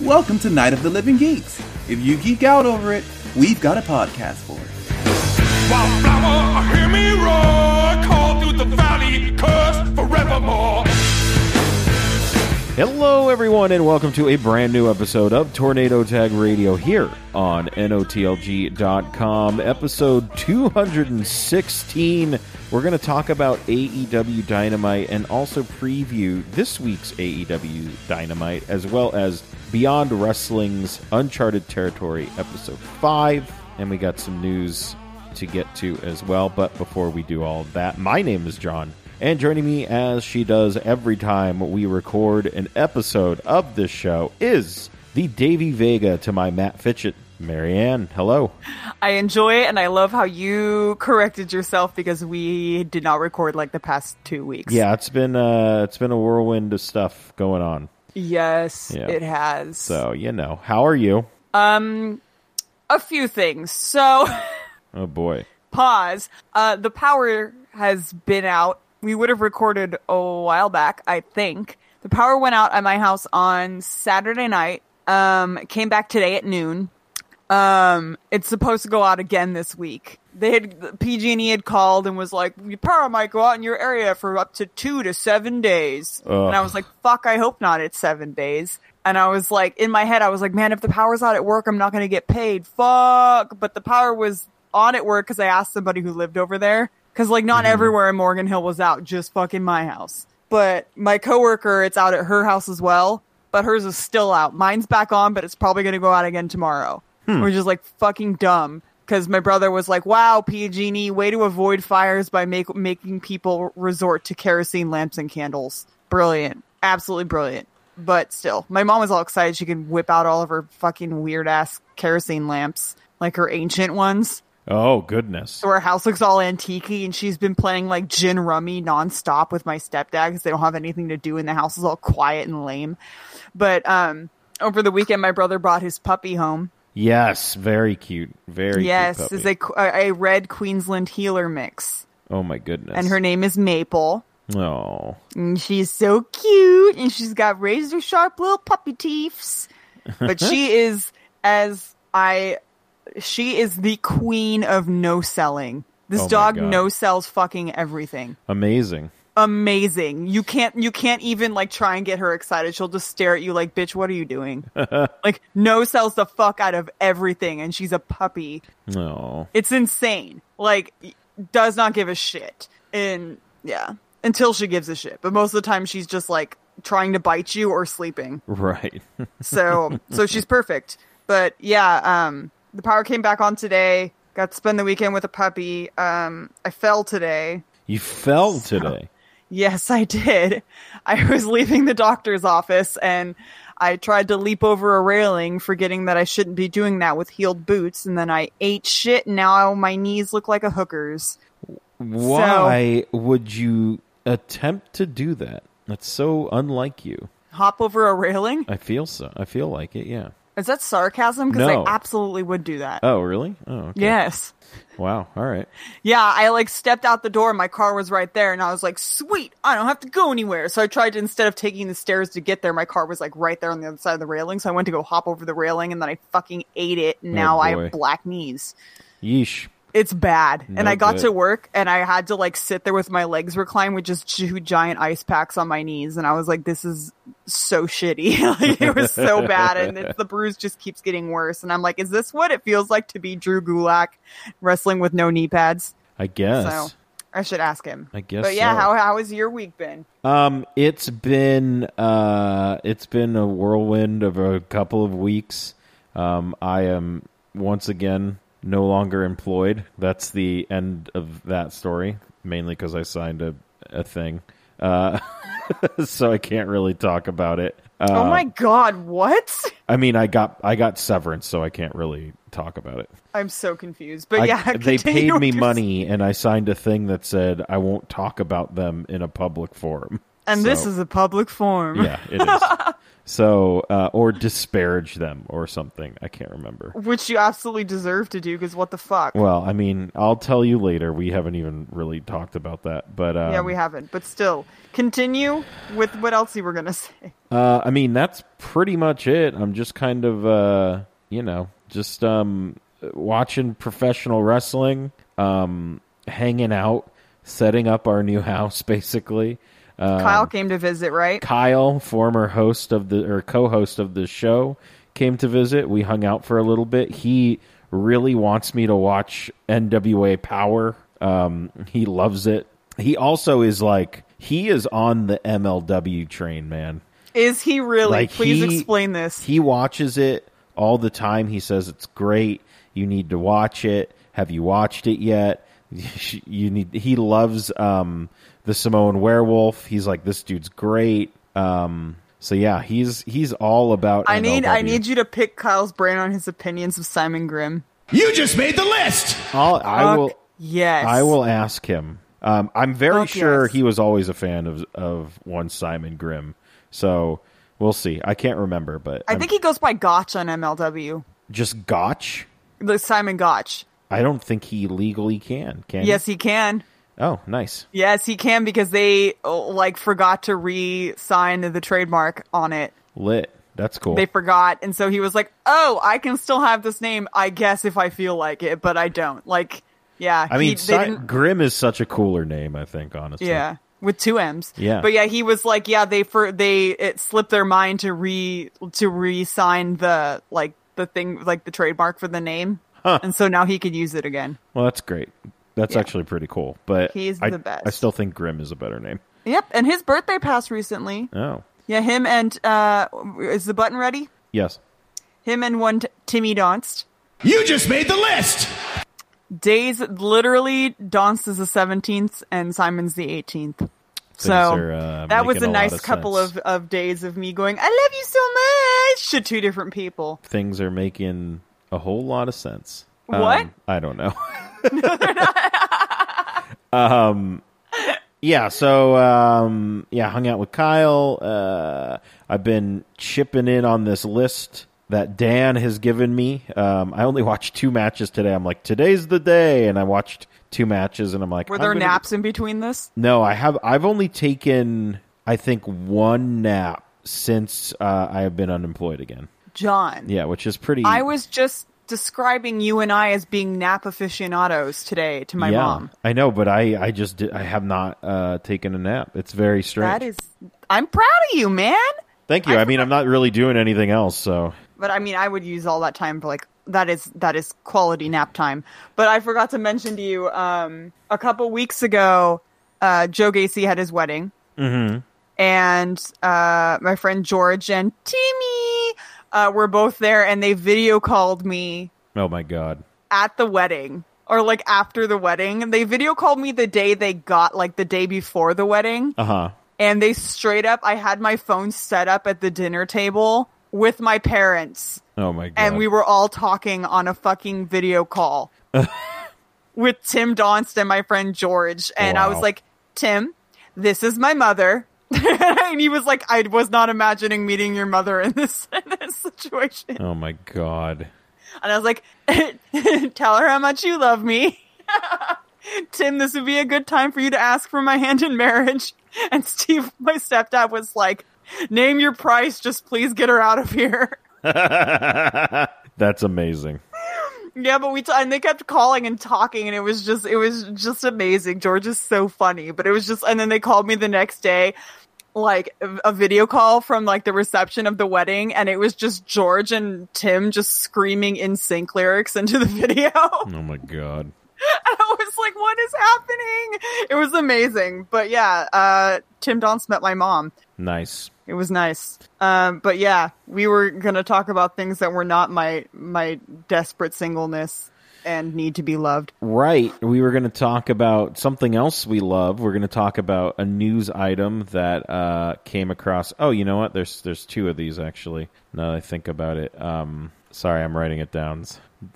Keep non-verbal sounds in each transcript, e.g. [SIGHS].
Welcome to Night of the Living Geeks. If you geek out over it, we've got a podcast for it. Wildflower, hear me roar, call through the valley, cursed forevermore. Hello, everyone, and welcome to a brand new episode of Tornado Tag Radio here on NOTLG.com, episode 216. We're going to talk about AEW Dynamite and also preview this week's AEW Dynamite, as well as Beyond Wrestling's Uncharted Territory, episode 5. And we got some news to get to as well. But before we do all that, my name is John. And joining me, as she does every time we record an episode of this show, is the Davy Vega to my Matt Fitchett, Marianne. Hello. I enjoy it, and I love how you corrected yourself because we did not record like the past two weeks. Yeah, it's been uh, it's been a whirlwind of stuff going on. Yes, Yeah. it has. So you know, how are you? A few things. So, [LAUGHS] Oh boy. pause. Uh, the power has been out. We would have recorded a while back, I think. The power went out at my house on Saturday night. Um, came back today at noon. Um, it's supposed to go out again this week. They had PG&E had called and was like, "Your power might go out in your area for up to two to seven days." And I was like, "Fuck, I hope not. It's seven days." And I was like, in my head, I was like, "Man, if the power's out at work, I'm not going to get paid." Fuck. But the power was on at work because I asked somebody who lived over there because like not everywhere in Morgan Hill was out, just fucking my house. But my coworker, it's out at her house as well, but hers is still out. Mine's back on, but it's probably going to go out again tomorrow. We're just like fucking dumb because my brother was like, "Wow, PG&E, E, way to avoid fires by make- making people resort to kerosene lamps and candles. Brilliant, absolutely brilliant." But still, my mom was all excited she could whip out all of her fucking weird ass kerosene lamps, like her ancient ones. Oh goodness. So her house looks all antique and she's been playing like gin rummy nonstop with my stepdad because they don't have anything to do and the house is all quiet and lame. But um, over the weekend, my brother brought his puppy home. Yes, very cute. Very yes, Cute is puppy. a, a red Queensland healer mix. oh my goodness. And her name is Maple. Oh. And she's so cute. And she's got razor sharp little puppy teeths. [LAUGHS] But she is, as I, she is the queen of no selling. This Oh my dog God. no sells fucking everything. Amazing. amazing. You can't you can't even like try and get her excited. She'll just stare at you like, "Bitch, what are you doing?" [LAUGHS] like no sells the fuck out of everything and she's a puppy. Oh. [LAUGHS] It's insane. Like y- does not give a shit. And yeah, until she gives a shit. But most of the time she's just like trying to bite you or sleeping. Right. So so she's perfect. But yeah, um the power came back on today. Got to spend the weekend with a puppy. Um I fell today. you fell today. Yes, I did. [LAUGHS] I was leaving the doctor's office and I tried to leap over a railing, forgetting that I shouldn't be doing that with heeled boots. And then I ate shit. And now my knees look like a hooker's. Why would you attempt to do that? That's so unlike you. Hop over a railing? I feel so. I feel like it. Yeah. Is that sarcasm? Because No. I absolutely would do that. Oh, really? Oh, okay. Yes. Wow. All right. Yeah, I like stepped out the door. My car was right there, and I was like, "Sweet, I don't have to go anywhere." So I tried to instead of taking the stairs to get there, my car was like right there on the other side of the railing. So I went to go hop over the railing, and then I fucking ate it. And now I Oh, boy. have black knees. Yeesh. It's bad. and No I got good. to work, and I had to like sit there with my legs reclined with just two giant ice packs on my knees, and I was like, "This is so shitty." [LAUGHS] like it was so bad, and it's, the bruise just keeps getting worse. And I'm like, "Is this what it feels like to be Drew Gulak wrestling with no knee pads?" I guess. So I should ask him. I guess But yeah, so. how how has your week been? Um, it's been uh, it's been a whirlwind of a couple of weeks. Um, I am once again no longer employed. That's the end of that story, mainly because I signed a a thing, uh, [LAUGHS] so I can't really talk about it. Uh, oh my god, what? [LAUGHS] I mean, I got I got severance, so I can't really talk about it. I'm so confused. But I- yeah, [LAUGHS] they continue paid with me your- money, and I signed a thing that said I won't talk about them in a public forum. and this So- is a public forum. yeah, it is. So, uh, or disparage them or something. I can't remember. [LAUGHS] Which you absolutely deserve to do because what the fuck? Well, I mean, I'll tell you later. We haven't even really talked about that, but um, yeah, we haven't. But still, continue with what else you were gonna say. Uh, I mean, that's pretty much it. I'm just kind of, uh, you know, just um, watching professional wrestling, um, hanging out, setting up our new [LAUGHS] house, basically. Um, Kyle came to visit, right? Kyle, former host of the or co-host of the show, came to visit. We hung out for a little bit. He really wants me to watch NWA Power. Um, he loves it. He also is like he is on the MLW train, man. Is he really? Like Please he- explain this. He watches it all the time. He says it's great. You need to watch it. Have you watched it yet? [LAUGHS] you need. He loves um, the Samoan Werewolf. He's like this dude's great. Um, so yeah, he's he's all about. I need I NLW. need you to pick Kyle's brain on his opinions of Simon Grimm. You just made the list! I'll, I Fuck will. Yes. I will ask him. Um, I'm very Fuck sure yes. he was always a fan of of one Simon Grimm. So we'll see. I can't remember, but I I'm- think he goes by Gotch on MLW. just Gotch. The Simon Gotch. I don't think he legally can. Can he? Yes, he can. Oh, nice. Yes, he can because they oh, like forgot to re-sign the trademark on it. Lit. That's cool. They forgot, and so he was like, "Oh, I can still have this name, I guess, if I feel like it, but I don't." Like, yeah, I mean, he, Si- they didn't- Grimm is such a cooler name, I think, honestly. yeah, with two M's. Yeah. but yeah, he was like, "Yeah, they for they it slipped their mind to re to re-sign the like the thing like the trademark for the name, and so now he can use it again." Well, that's great. That's Yeah. actually pretty cool. But He's I, the best. I still think Grimm is a better name. Yep, and his birthday passed recently. Oh. Yeah, him and uh is the button ready? Yes. Him and one t- Timmy Donst. You just made the list! Days literally Donst is the seventeenth and Simon's the eighteenth. So are, uh, that was making a a lot nice of couple sense. of, of days of me going, I love you so much to two different people. Things are making a whole lot of sense. What? Um, I don't know. [LAUGHS] [LAUGHS] um, Um, yeah, so um, yeah, hung out with Kyle. Uh, I've been chipping in on this list that Dan has given me. Um, I only watched two matches today. I'm like, today's the day, and I watched two matches, and I'm like, Were I'm there gonna- naps in between this? no, I have. I've only taken, I think, one nap since uh, I have been unemployed again. John. Yeah, which is pretty. I was just describing you and I as being nap aficionados today to my yeah, mom. I know, but I, I just, did, I have not uh, taken a nap. It's very strange. That is I'm proud of you, man. Thank you. I, mean, I'm not really doing anything else, so but I mean, I would use all that time for like that is that is quality nap time. But I forgot to mention to you um, a couple weeks ago, uh, Joe Gacy had his wedding, mm-hmm. and uh, my friend George and Timmy uh, were both there, and they video called me oh my god. at the wedding or like after the wedding. They video called me the day they got like the day before the wedding Uh huh. and they straight up I had my phone set up at the dinner table with my parents Oh my god. and we were all talking on a fucking video call with Tim Donst and my friend George and I was Wow. like, "Tim, this is my mother." [LAUGHS] and he was like, "I was not imagining meeting your mother in this [LAUGHS] in this situation." Oh my god. And I was like, [LAUGHS] "Tell her how much you love me." [LAUGHS] Tim, this would be a good time for you to ask for my hand in marriage. [LAUGHS] And Steve, my stepdad, was like, Name your price, just please get her out of here. [LAUGHS] That's amazing. Yeah, but we t- and they kept calling and talking, and it was just it was just amazing. George is so funny, but it was just and then they called me the next day, like a- a video call from like the reception of the wedding, and it was just George and Tim just screaming in sync lyrics into the [LAUGHS] video. and Oh my god. I was like, "What is happening?" It was amazing, but yeah, uh, Tim Donst met my mom. Nice. It was nice. Um, but yeah, we were gonna talk about things that were not my my desperate singleness and need to be loved. Right. We were going to talk about something else we love. We're going to talk about a news item that uh, came across. Oh, you know what? There's there's two of these actually. Now that I think about it. Um, sorry, I'm writing it down.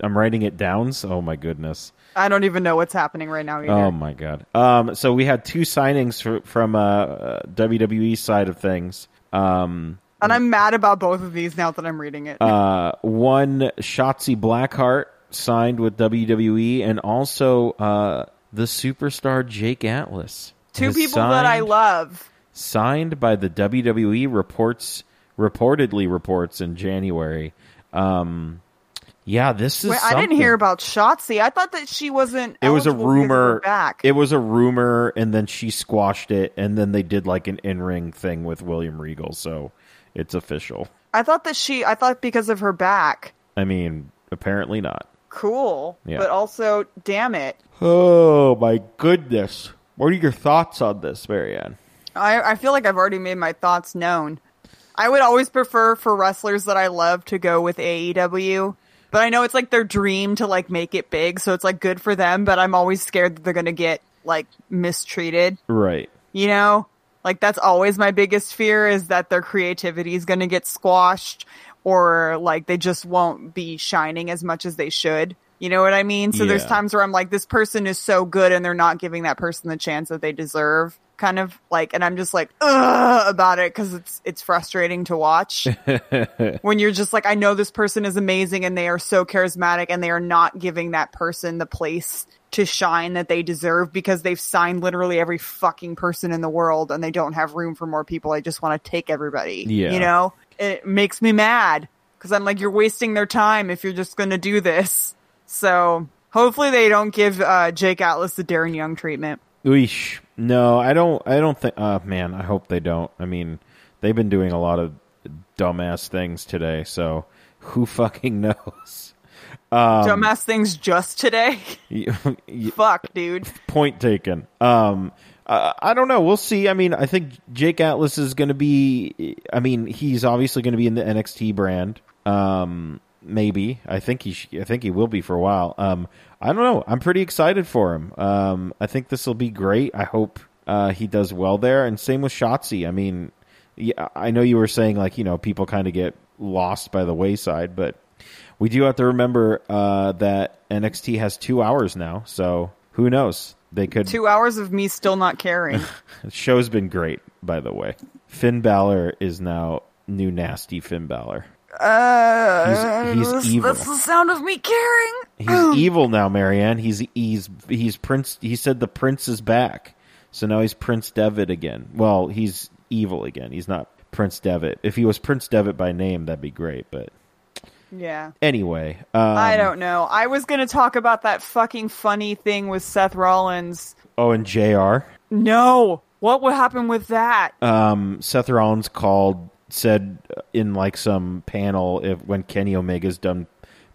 I'm writing it down. Oh my goodness. I don't even know what's happening right now either. Oh my god. Um, E so we had two signings fr- from uh, uh, WWE side of things. Um, And I'm mad about both of these now that I'm reading it. Uh, one Shotzi Blackheart signed with WWE, and also uh, the superstar Jake Atlas. Two has people that I signed- love. signed by the WWE reports reportedly reports in January. Um, yeah, this is. Wait, I didn't something. hear about Shotzi. I thought that she wasn't. It was a eligible because of her rumor. Back. It was a rumor, and then she squashed it, and then they did like an in-ring thing with William Regal, so it's official. I thought that she. I thought because of her back. I mean, apparently not. Cool. Yeah. But also, damn it. Oh my goodness! What are your thoughts on this, Marianne? I, I feel like I've already made my thoughts known. I would always prefer for wrestlers that I love to go with AEW, but I know it's like their dream to like make it big, so it's like good for them, but I'm always scared that they're going to get like mistreated, Right. you know? Like that's always my biggest fear is that their creativity is going to get squashed or like they just won't be shining as much as they should. You know what I mean? So there's Yeah. times where I'm like, this person is so good and they're not giving that person the chance that they deserve. Kind of like, and I'm just like, ugh, about it because it's it's frustrating to watch when you're just like, I know this person is amazing and they are so charismatic and they are not giving that person the place to shine that they deserve because they've signed literally every fucking person in the world and they don't have room for more people. I just want to take everybody. Yeah. You know, it makes me mad because I'm like, you're wasting their time if you're just going to do this. So hopefully they don't give uh, Jake Atlas the Darren Young treatment. Oosh. No, I don't. I don't think. Uh, man, I hope they don't. I mean, they've been doing a lot of dumbass things today, so who fucking [LAUGHS] knows? Dumbass things just today. [LAUGHS] You- you- Fuck, dude. Point taken. Um, uh, I don't know. We'll see. I mean, I think Jake Atlas is going to be. I mean, he's obviously going to be in the NXT brand. Um, maybe. I think he. Sh- I think he will be for a while. Um, I don't know. I'm pretty excited for him. Um, I think this will be great. I hope uh, he does well there. And same with Shotzi. I mean, yeah, I know you were saying like you know people kind of get lost by the wayside, but we do have to remember uh, that NXT has two hours now, so who knows? They could. Two hours of me still not caring. The show's been great, by the way. Finn Balor is now new nasty Finn Balor. Uh, he's That's- evil. That's the sound of me caring. Um, He's evil now, Marianne. He's he's he's prince. He said the prince is back, so now he's Prince Devitt again. Well, he's evil again. He's not Prince Devitt. If he was Prince Devitt by name, that'd be great. But Yeah. anyway, um, I don't know. I was going to talk about that fucking funny thing with Seth Rollins. Oh, and Jr. No. What would happen with that? Uh, Seth Rollins called said in like some panel if when Kenny Omega's done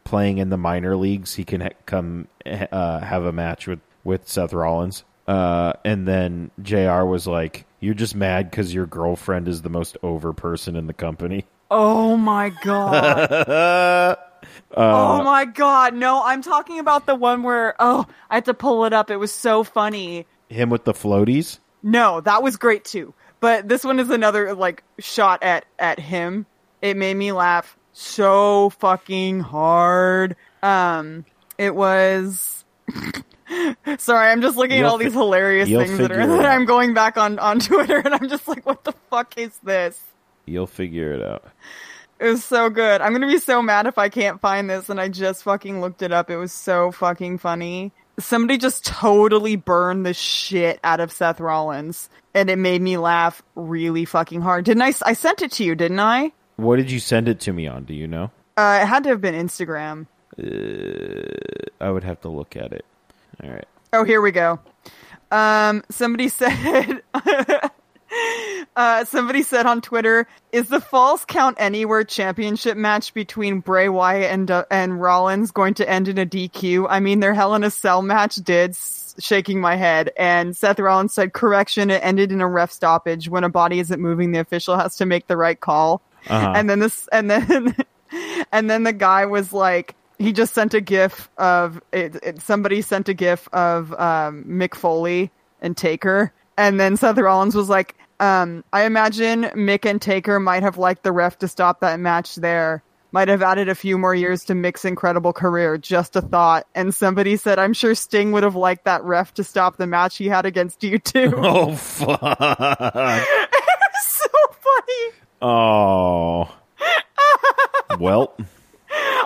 playing in the minor leagues, he can ha- come uh, have a match with with Seth Rollins. Uh, and then Jr. was like, "You're just mad because your girlfriend is the most over person in the company." [LAUGHS] oh my god. Uh, oh my god. No, I'm talking about the one where oh, I had to pull it up. It was so funny. Him with the floaties. No, that was great too. But this one is another like shot at at him. It made me laugh so fucking hard. Um it was [LAUGHS] Sorry, I'm just looking You'll at all these fi- hilarious you'll things that are figure it that out. I'm going back on on [LAUGHS] Twitter and I'm just like what the fuck is this? You'll figure it out. It was so good. I'm gonna be so mad if I can't find this, and I just fucking looked it up. It was so fucking funny. Somebody just totally burned the shit out of Seth Rollins, and it made me laugh really fucking hard. Didn't I? s- I sent it to you, didn't I? What did you send it to me on? Do you know? Uh, it had to have been Instagram. I would have to look at it. All right. Oh, here we go. Um, somebody [LAUGHS] said. Uh, somebody said on Twitter, "Is the Falls Count Anywhere Championship match between Bray Wyatt and uh, and Rollins going to end in a DQ? I mean, their Hell in a Cell match did." s- Shaking my head, and Seth Rollins said, "Correction, it ended in a ref stoppage. When a body isn't moving, the official has to make the right call." And then this, and then, [LAUGHS] and then the guy was like, he just sent a gif of it, it, somebody sent a gif of um, Mick Foley and Taker, and then Seth Rollins was like, um, I imagine Mick and Taker might have liked the ref to stop that match there. Might have added a few more years to Mick's incredible career. Just a thought. And somebody said, I'm sure Sting would have liked that ref to stop the [LAUGHS] match [LAUGHS] he had against you too. Oh fuck! so funny. Oh. well,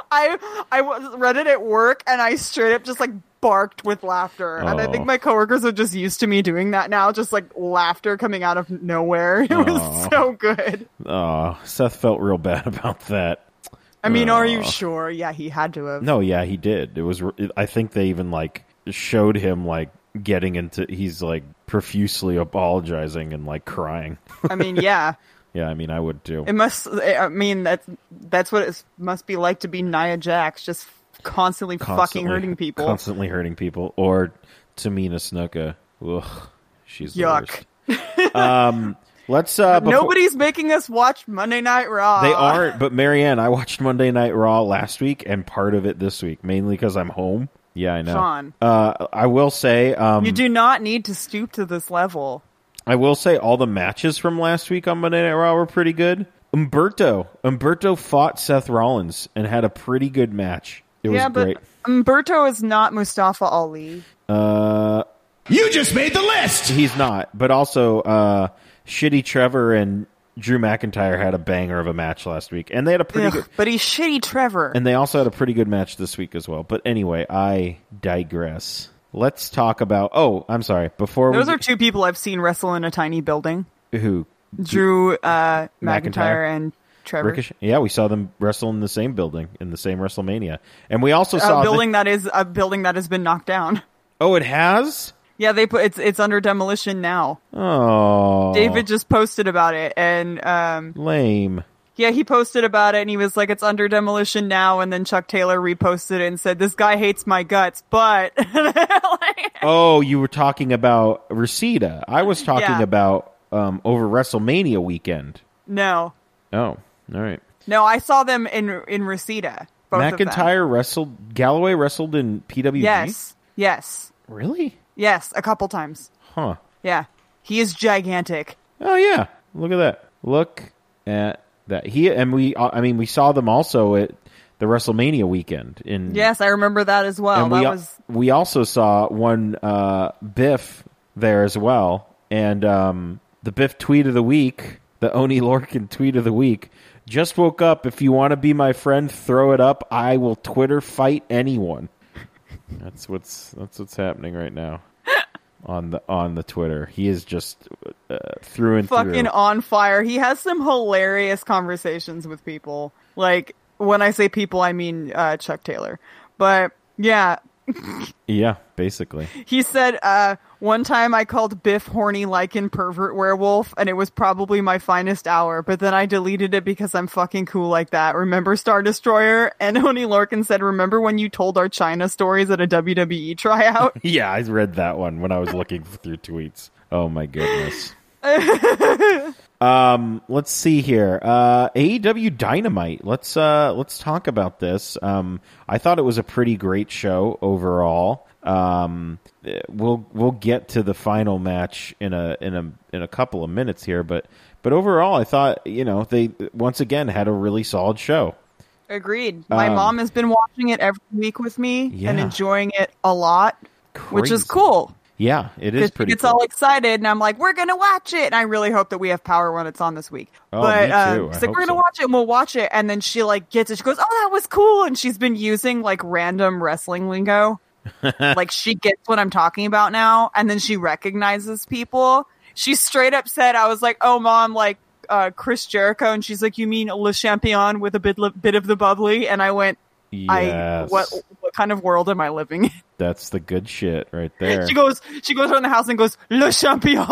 I I was- read it at work and I straight up just like barked with laughter. And I Oh. think my coworkers are just used to me doing that now, just like laughter coming out of nowhere. [LAUGHS] It was so good. oh, Seth felt real bad [LAUGHS] about that. I mean, are you Oh. sure? Yeah, he had to have. No, yeah, he did. It was. I think they even like showed him like getting into. He's like profusely apologizing and like crying. I mean, yeah. Yeah, I mean, I would too. It must I mean that's that's what it must be like to be Nia Jax just constantly, fucking hurting people. Constantly hurting people. Or Tamina Snuka. Ugh, she's the Yuck. worst. um, let's. Uh, befo- Nobody's making us watch Monday Night Raw. They aren't. But Marianne, I watched Monday Night Raw last week and part of it this week, mainly because I'm home. Yeah, I know. Sean. Uh, I will say. Um, You do not need to stoop to this level. I will say all the matches from last week on Monday Night Raw were pretty good. Umberto, Umberto fought Seth Rollins and had a pretty good match. It was yeah, but great. Umberto is not Mustafa Ali. Uh, You just made the list! he's not. But also, uh, shitty Trevor and Drew McIntyre had a banger of a match last week, and they had a pretty Ugh, good. but he's shitty Trevor. And they also had a pretty good match this week as well. But anyway, I digress. Let's talk about. Oh, I'm sorry. Before Those we are two people I've seen wrestle in a tiny building. who Drew uh, McIntyre, McIntyre. and Trevor. Ricochet? Yeah, we saw them wrestle in the same building in the same WrestleMania, and we also saw A the- Uh, building that is a building that has been knocked down. [LAUGHS] Oh, it has? Yeah, they put it's it's under demolition now. Oh. David just posted about it, and um, Lame. yeah, he posted about it, and he was like, "It's under demolition now." And then Chuck Taylor reposted it and said, "This guy hates my guts," but [LAUGHS] like, Oh, you were talking about Reseda. I was talking Yeah. about um, over WrestleMania weekend. no, Oh, all right. no, I saw them in in Reseda. Both of them. McIntyre wrestled, Galloway wrestled in PWG? Yes. Yes. Really? Yes. A couple times. Huh. Yeah. He is gigantic. Oh, yeah. Look at that. Look at that. He, and we, uh, I mean, we saw them also at the WrestleMania weekend in Yes, I remember that as well. and Oh, That we, was we also saw one uh, Biff there as well, and um, the Biff tweet of the week, the Oni Lorcan [LAUGHS] tweet of the week. Just woke up. If you want to be my friend, throw it up. I will Twitter fight anyone. [LAUGHS] That's what's that's what's happening right now on the on the Twitter. He is just uh, through and fucking through. on fire. He has some hilarious conversations with people. Like when I say people, I mean uh, Chuck Taylor. But yeah, Yeah, basically. he said uh, one time I called Biff horny lycan pervert werewolf, and it was probably my finest hour. But then I deleted it because I'm fucking cool like that. Remember Star Destroyer? [LAUGHS] And Oni Lorcan said, "Remember when you told our China stories at a WWE tryout?" Yeah, I read that one when I was [LAUGHS] looking through tweets. Oh my goodness. um, let's see here. Uh, AEW Dynamite. Let's uh, let's talk about this. Um, I thought it was a pretty great show overall. Um, eh, we'll we'll get to the final match in a in a in a couple of minutes here, but but overall, I thought you know they once again had a really solid show. Agreed. My Um, mom has been watching it every week with me and Yeah. enjoying it a lot, which is Crazy. cool. Yeah, it is It's pretty. she gets cool. all excited, and I'm like, "We're gonna watch it," and I really hope that we have power when it's on this week. Oh, but me uh, too. I she's like, hope "We're gonna so." watch it," and we'll watch it, and then she like gets it. She goes, "Oh, that was cool," and she's been using like random [LAUGHS] wrestling lingo. like she gets what I'm talking about now, and then she recognizes people. She straight up said, "I was like, oh mom, like." Uh, Chris Jericho, and she's like, "You mean Le Champion with a bit, bit of the bubbly?" And I went, "I Yes. what? What kind of world am I living in?" That's the good shit right [LAUGHS] there. She goes, she goes around the house and goes, "Le Champion."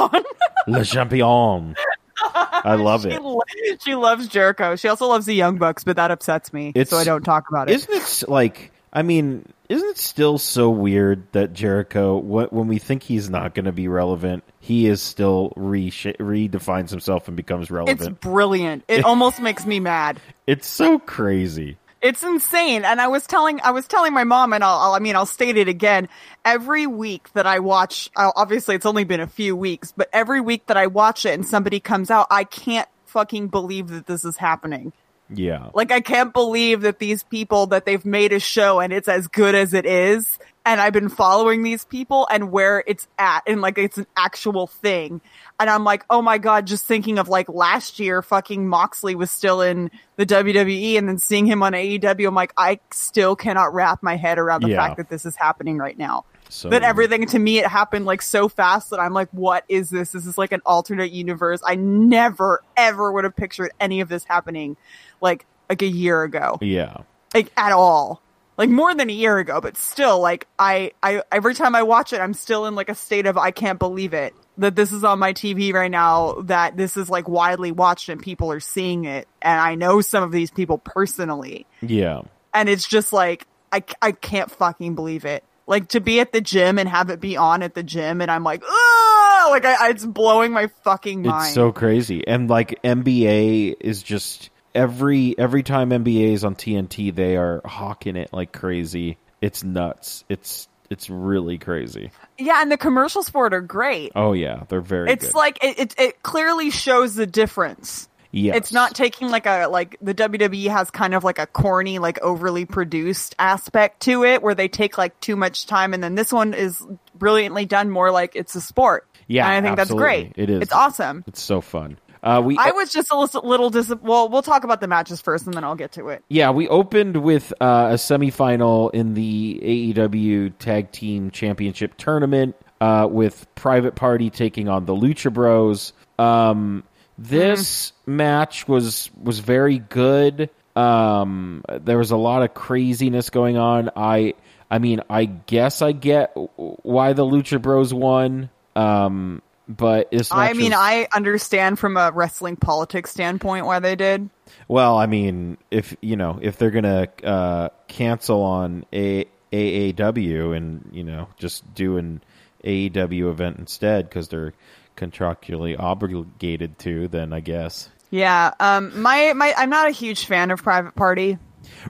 Le [LAUGHS] champion. I love she, it. lo- she loves Jericho. She also loves the Young Bucks, but that upsets me, It's- so I don't talk about it. Isn't it s- like? I mean, isn't it still so weird that Jericho, wh- when we think he's not going to be relevant, he is still resha- redefines himself and becomes It's relevant. brilliant. It almost makes me mad. It's, so crazy. It's insane. And I was telling, I was telling my mom, and I'll, I'll I mean, I'll state it again. Every week that I watch, I'll, obviously it's only been a few weeks, but every week that I watch it and somebody comes out, I can't fucking believe that this is happening. Yeah. Like, I can't believe that these people that they've made a show and it's as good as it is. And I've been following these people and where it's at and like it's an actual thing. And I'm like, oh my God, just thinking of like last year, fucking Moxley was still in the WWE and then seeing him on AEW, I'm like, I still cannot wrap my head around the Yeah. fact that this is happening right now. So- that everything to me, it happened like so fast that I'm like, what is this? This is like an alternate universe. I never, ever would have pictured any of this happening like like a year ago Yeah. like at all like more than a year ago but still like I, I every time i watch it i'm still in like a state of i can't believe it that this is on my tv right now that this is like widely watched and people are seeing it and i know some of these people personally Yeah. and it's just like i, I can't fucking believe it like to be at the gym and have it be on at the gym and i'm like oh like I, I, it's blowing my fucking mind It's so crazy. And like NBA is just every every time NBA is on TNT, they are hawking it like crazy. It's nuts. It's it's really crazy. yeah and the commercials for it are great Oh yeah, they're very. it's good. like it, it, it clearly shows the difference Yes. It's not taking like a like the WWE has kind of like a corny like overly produced aspect to it where they take like too much time and then this one is brilliantly done more like it's a sport. Yeah, and I think absolutely. that's great. It is. It's awesome. It's so fun. Uh, we I was just a little, little dis. Well, we'll talk about the matches first and then I'll get to it. Yeah, we opened with uh, a semifinal in the AEW Tag Team Championship tournament uh, with Private Party taking on the Lucha Bros. Um, this Hmm. match was was very good. Um, there was a lot of craziness going on. I I mean, I guess I get w- why the Lucha Bros won. Um, but this I match mean, was- I understand from a wrestling politics standpoint why they did. Well, I mean, if you know, if they're gonna uh, cancel on A- AAW and you know just do an AEW event instead because they're contractually obligated to, then I guess. Yeah. Um. My my. I'm not a huge fan of Private Party.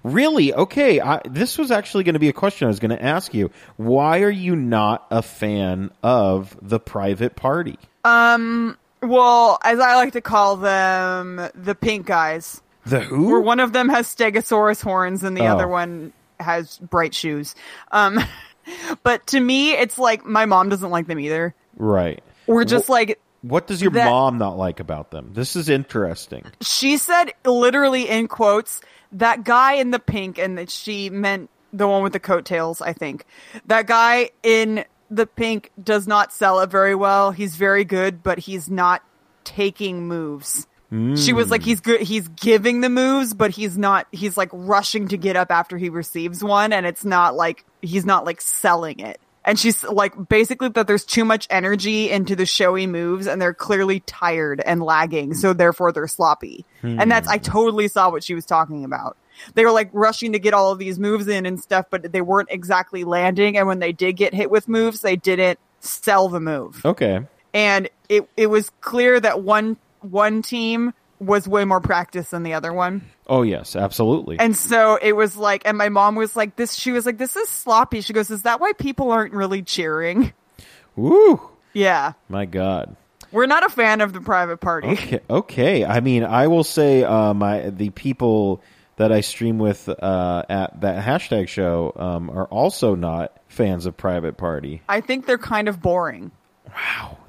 Really? Okay. I, this was actually going to be a question I was going to ask you. Why are you not a fan of the private party? Well, as I like to call them, the pink guys. The who? where one of them has stegosaurus horns and the Oh. other one has bright shoes. Um, [LAUGHS] but to me, it's like my mom doesn't like them either. right. We're just Wh- like What does your that- mom not like about them? This is interesting. she said, literally in quotes, that guy in the pink, and that she meant the one with the coattails. I think that guy in the pink does not sell it very well. He's very good, but he's not taking moves. She was like, he's good. He's giving the moves, but he's not. He's like rushing to get up after he receives one, and it's not like he's not like selling it. And she's like, basically, that there's too much energy into the showy moves, and they're clearly tired and lagging, so therefore they're sloppy. And that's I totally saw what she was talking about. They were like rushing to get all of these moves in and stuff, but they weren't exactly landing. And when they did get hit with moves, they didn't sell the move Okay. and it it was clear that one one team was way more practiced than the other one. Oh yes, absolutely. And so it was like and my mom was like this she was like this is sloppy. She goes, "Is that why people aren't really cheering?" [LAUGHS] Woo! Yeah. My God. We're not a fan of the private party. Okay, okay. I mean, I will say, um, I, the people that I stream with uh, at that hashtag show um, are also not fans of Private Party. I think they're kind of boring.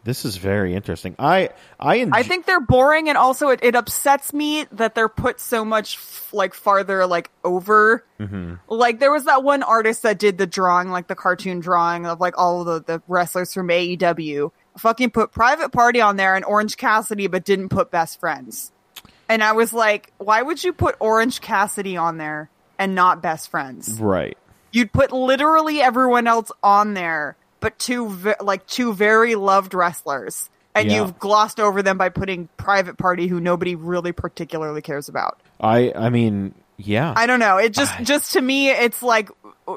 This is very interesting. I I, enj- I think they're boring and also it, it upsets me that they're put so much f- like farther like over. Like there was that one artist that did the drawing, like the cartoon drawing of like all of the, the wrestlers from AEW. Fucking put Private Party on there and Orange Cassidy, but didn't put Best Friends. And I was like, why would you put Orange Cassidy on there and not Best Friends? right. you'd put literally everyone else on there but two ve- like two very loved wrestlers and Yeah. you've glossed over them by putting private party who nobody really particularly cares about I I mean, yeah. i don't know it just just to me it's like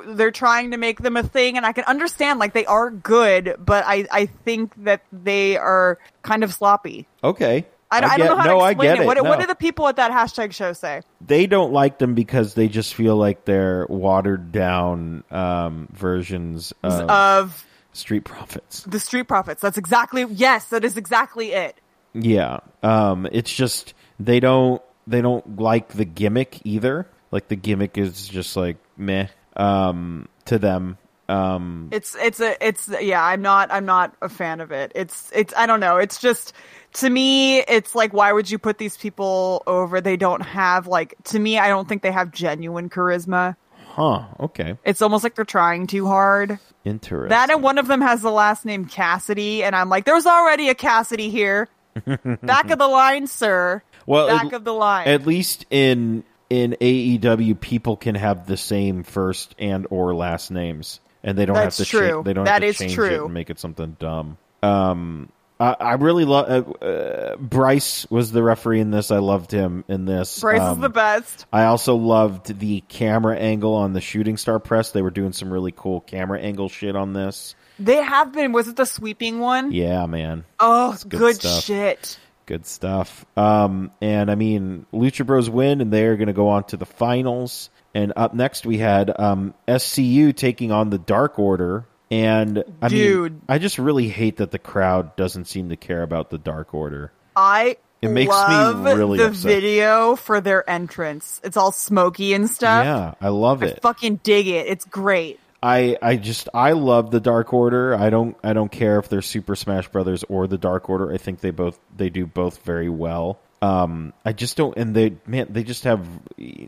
they're trying to make them a thing and i can understand like they are good but i i think that they are kind of sloppy okay. i, don't I get- don't know how no, to I explain get What, what No. do the people at that hashtag show say they don't like them because they just feel like they're watered down um, versions of Uh, of Street Profits. the street profits that's exactly yes that is exactly it Yeah. Um, it's just they don't they don't like the gimmick either. Like the gimmick is just like meh um, to them. Um, It's it's a it's yeah. I'm not I'm not a fan of it. It's it's I don't know. It's just to me, it's like why would you put these people over? They don't have like to me. I don't think they have genuine charisma. huh? Okay, It's almost like they're trying too hard. interesting. That and one of them has the last name Cassidy, and I'm like, there's already a Cassidy [LAUGHS] here. Back of the line, sir. well, back at- of the line. At least in in AEW, people can have the same first and or last names, and they don't That's have to. cha- true. they don't That have is to change it true. and make it something dumb. Um, I, I really love uh, uh, Bryce was the referee in this. I loved him in this. Bryce Um, is the best. I also loved the camera angle on the shooting star press. They were doing some really cool camera angle shit on this. They have been. Was it the sweeping one? Yeah, man. Oh, good good, stuff. shit. Good stuff. Um, and I mean, Lucha Bros win, and they're going to go on to the finals. And up next, we had um, SCU taking on the Dark Order. And I mean, Dude. I just really hate that the crowd doesn't seem to care about the Dark Order. I It makes me love really the upset. video for their entrance. It's all smoky and stuff. yeah, I love I it. fucking dig it. It's great. I I just I love the Dark Order. I don't I don't care if they're Super Smash Brothers or the Dark Order. I think they both they do both very well. Um, I just don't and they man they just have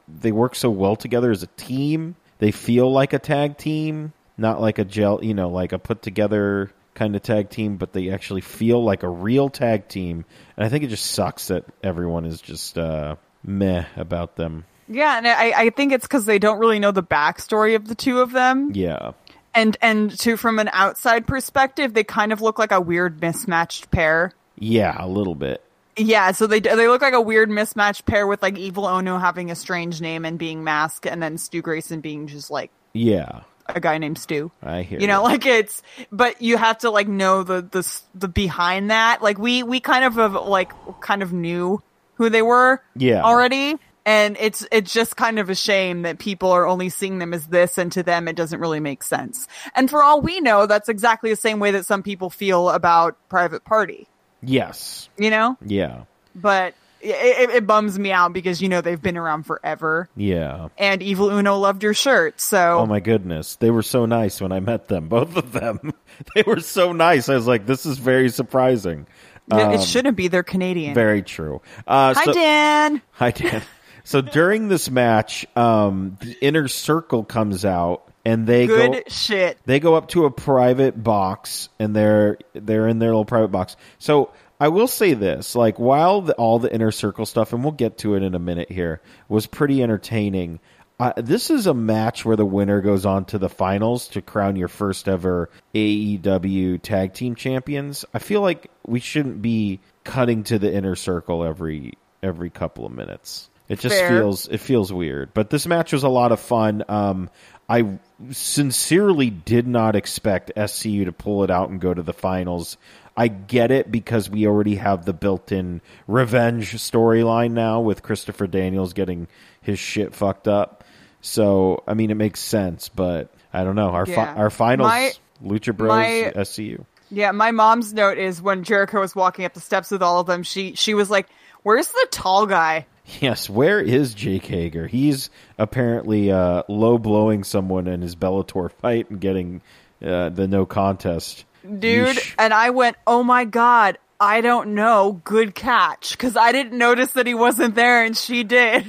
they work so well together as a team. They feel like a tag team, not like a gel, you know, like a put together kind of tag team, but they actually feel like a real tag team. And I think it just sucks that everyone is just uh, meh about them. Yeah, and I, I think it's because they don't really know the backstory of the two of them. Yeah. and and to from an outside perspective they kind of look like a weird mismatched pair Yeah, a little bit. yeah so they they look like a weird mismatched pair with like evil ono having a strange name and being mask and then stu grayson being just like Yeah. a guy named stu I hear you know ya. like it's but you have to like know the the s- the behind that like we we kind of have, like kind of knew who they were Yeah. already and it's it's just kind of a shame that people are only seeing them as this and to them it doesn't really make sense and for all we know that's exactly the same way that some people feel about private party Yes. you know Yeah. but it, it, it bums me out because you know they've been around forever Yeah. and evil uno loved your shirt so Oh my goodness. They were so nice when I met them, [LAUGHS] both of them. they were so nice. I was like, this is very surprising. it, it shouldn't be they're canadian Very true. Uh, hi so- dan [LAUGHS] Hi, Dan. so during this match, um, the inner circle comes out and they good go. shit They go up to a private box and they're they're in their little private box. So I will say this, like while the, all the inner circle stuff, and we'll get to it in a minute here, was pretty entertaining. Uh, this is a match where the winner goes on to the finals to crown your first ever AEW tag team champions. I feel like we shouldn't be cutting to the inner circle every every couple of minutes. It just Fair. feels feels- it feels weird. But this match was a lot of fun. Um, I sincerely did not expect SCU to pull it out and go to the finals. I get it because we already have the built-in revenge storyline now with Christopher Daniels getting his shit fucked up. So I mean, it makes sense, but I don't know. Our fi- Yeah. our finals, My- Lucha Bros, my- SCU. Yeah, my mom's note is when Jericho was walking up the steps with all of them, she she was like, "Where's the tall guy?" [LAUGHS] Yes, where is Jake Hager? He's apparently uh, low blowing someone in his Bellator fight and getting uh, the no contest. Dude, Yeesh. and I went, "Oh my god, I don't know. Good catch." Cuz I didn't notice that he wasn't there and she did.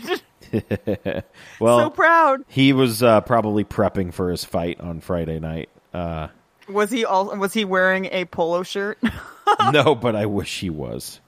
[LAUGHS] well, so proud. he was uh, probably prepping for his fight on Friday night. Uh, Was he all was he wearing a polo shirt? [LAUGHS] [LAUGHS] no, but I wish he was.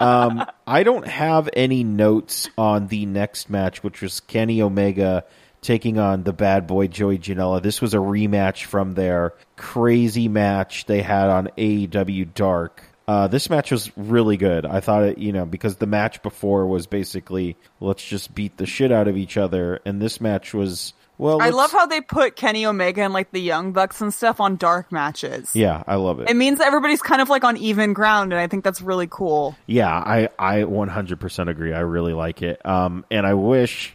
um, I don't have any notes on the next match, which was Kenny Omega taking on the bad boy Joey Janela. This was a rematch from their crazy match they had on AEW Dark. Uh, this match was really good. I thought it, you know, because the match before was basically let's just beat the shit out of each other, and this match was well. I let's- love how they put Kenny Omega and like the Young Bucks and stuff on dark matches. Yeah, I love it. It means everybody's kind of like on even ground and I think that's really cool. Yeah, I I 100% agree. I really like it. Um and I wish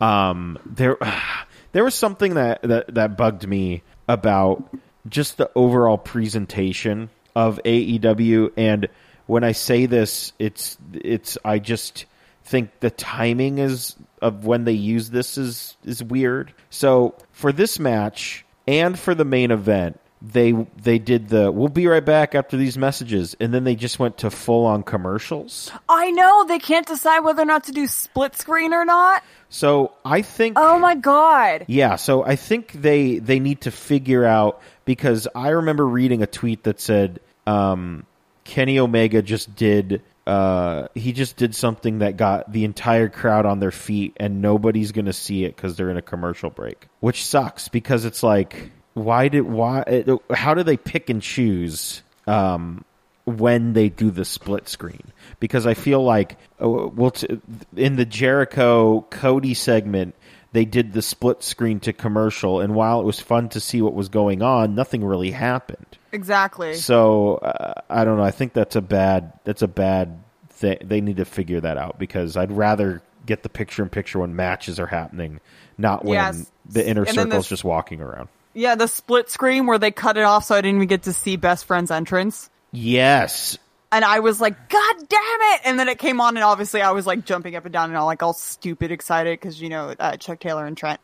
um there [SIGHS] there was something that that that bugged me about just the overall presentation of AEW E and when I say this, it's it's I just think the timing is of when they use this is is weird. So for this match and for the main event, they they did the we'll be right back after these messages, and then they just went to full on commercials. I know they can't decide whether or not to do split screen or not. So I think Oh my god. Yeah, so I think they they need to figure out because I remember reading a tweet that said um, Kenny Omega just did uh, he just did something that got the entire crowd on their feet and nobody's gonna see it because they're in a commercial break, which sucks because it's like why did why it, how do they pick and choose um, when they do the split screen because I feel like oh, well t- in the Jericho Cody segment they did the split screen to commercial and while it was fun to see what was going on nothing really happened Exactly. so uh, I don't know I think that's a bad that's a bad thing they need to figure that out because I'd rather get the picture in picture when matches are happening not when Yes. the inner And then circle's this- just walking around Yeah, the split screen where they cut it off so I didn't even get to see best friend's entrance. yes And I was like, God damn it! And then it came on, and obviously I was like jumping up and down and all like all stupid excited because you know uh, Chuck Taylor [LAUGHS] and Trent.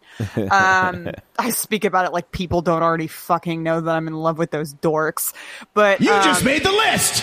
Um, I speak about it like people don't already fucking know that I'm in love with those dorks. But You um, just made the list!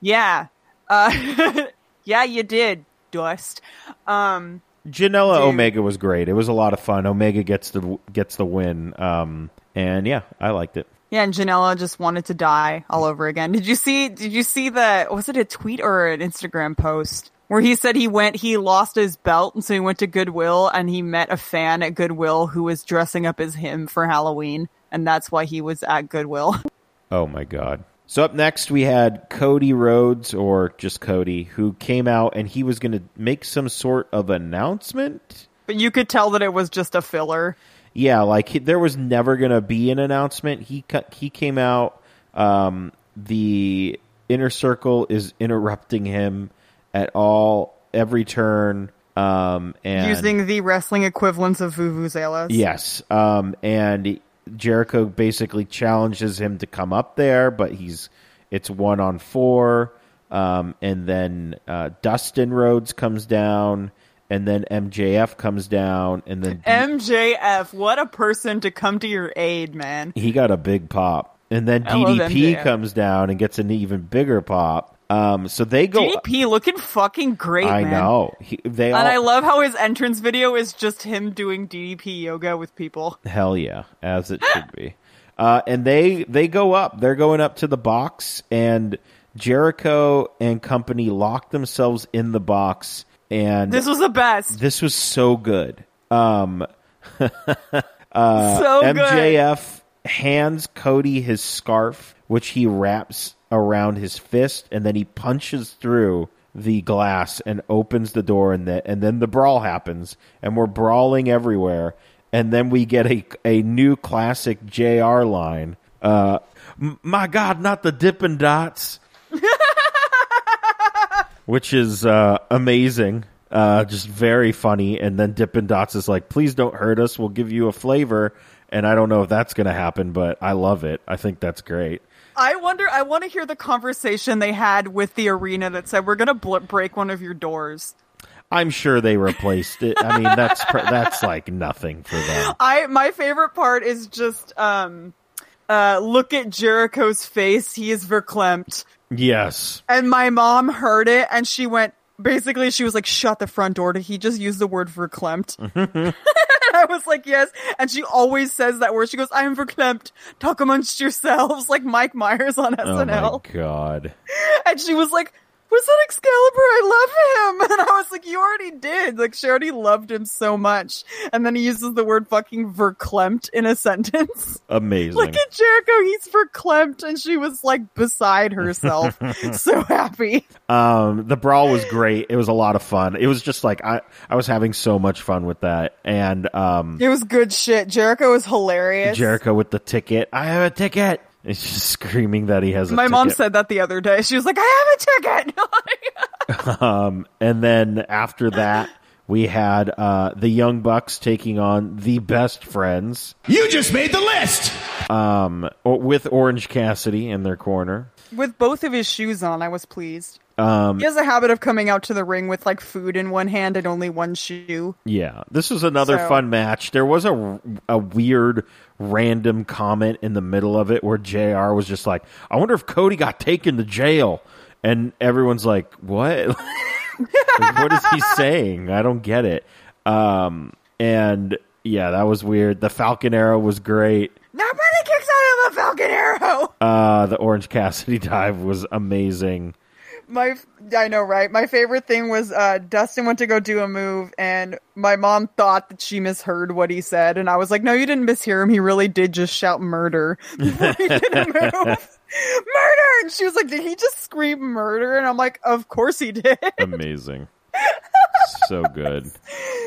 yeah, uh, [LAUGHS] yeah, you did dust. Um, Janela Dude. Omega was great. It was a lot of fun. Omega gets the gets the win. Um, and yeah, I liked it. yeah, and Janela just wanted to die all over again. Did you see? Did you see the? Was it a tweet or an Instagram post? Where he said he went, he lost his belt, and so he went to Goodwill and he met a fan at Goodwill who was dressing up as him for Halloween, and that's why he was at Goodwill. [LAUGHS] Oh my god. So up next we had Cody Rhodes or just Cody who came out and he was going to make some sort of announcement. but you could tell that it was just a filler. Yeah, like he, there was never going to be an announcement. He cu- he came out um the inner circle is interrupting him at all every turn um and using the wrestling equivalents of vuvuzelas. Yes. Um, and Jericho basically challenges him to come up there, but he's it's one on four. Um, and then uh, Dustin Rhodes comes down, and then MJF comes down, and then MJF, what a person to come to your aid, man. he got a big pop. And then I love DDP MJF. comes down and gets an even bigger pop. Um, so they go. DP looking fucking great, I man. know. He, they all, And I love how his entrance video is just him doing DDP yoga with people. Hell yeah, as it should be. Uh, and they they go up. They're going up to the box, and Jericho and company lock themselves in the box. And This was the best. this was so good. Um, so good. MJF hands Cody his scarf, which he wraps around his fist, and then he punches through the glass and opens the door, and, the, and then the brawl happens, and we're brawling everywhere, and then we get a, a new classic JR line. Uh, "M- my God, not the Dippin' Dots, which is uh, amazing. Uh, just very funny. And then Dippin' Dots is like, please don't hurt us. We'll give you a flavor. And I don't know if that's going to happen, but I love it. I think that's great. I wonder, I want to hear the conversation they had with the arena that said, we're going to bl- break one of your doors. I'm sure they replaced it. I mean, that's pr- that's like nothing for them. I my favorite part is just um uh look at Jericho's face. He is verklempt. Yes. And my mom heard it and she went basically she was like, Shut the front door. Did he just use the word verklempt? [LAUGHS] and I was like, Yes. And she always says that word. She goes, I'm verklempt. Talk amongst yourselves, [LAUGHS] like Mike Myers on Oh my SNL. god. and she was like was that Excalibur? I love him. [LAUGHS] And I was like, you already did. Like, she already loved him so much. And then he uses the word fucking verklempt in a sentence. [LAUGHS] Amazing. Look at Jericho, he's verklempt, and she was like beside herself, [LAUGHS] so happy. Um, the brawl was great. It was a lot of fun. It was just like I, I was having so much fun with that. And um, It was good shit. Jericho was hilarious. Jericho with the ticket. I have a ticket. [LAUGHS] It's just screaming that he has. A My mom ticket. said that the other day. She was like, I have a ticket. [LAUGHS] Um, and then after that, we had uh, the Young Bucks taking on the Best Friends You just made the list! um, or- with Orange Cassidy in their corner. with both of his shoes on, I was pleased. Um, he has a habit of coming out to the ring with like food in one hand and only one shoe. Yeah, this was another So- fun match. There was a, a weird random comment in the middle of it where JR was just like, I wonder if Cody got taken to jail. And everyone's like, What? [LAUGHS] Like, what is he saying? I don't get it. Um, and yeah, that was weird. The Falcon Arrow was great. Nobody kicks out of a Falcon Arrow. Uh, the Orange Cassidy [LAUGHS] dive was amazing. My, f- I know, right? My favorite thing was uh, Dustin went to go do a move, and my mom thought that she misheard what he said, and I was like, "No, you didn't mishear him. He really did just shout murder [LAUGHS] before he did a move, [LAUGHS] murder." And she was like, "Did he just scream murder?" And I'm like, "Of course he did. [LAUGHS] Amazing. so good.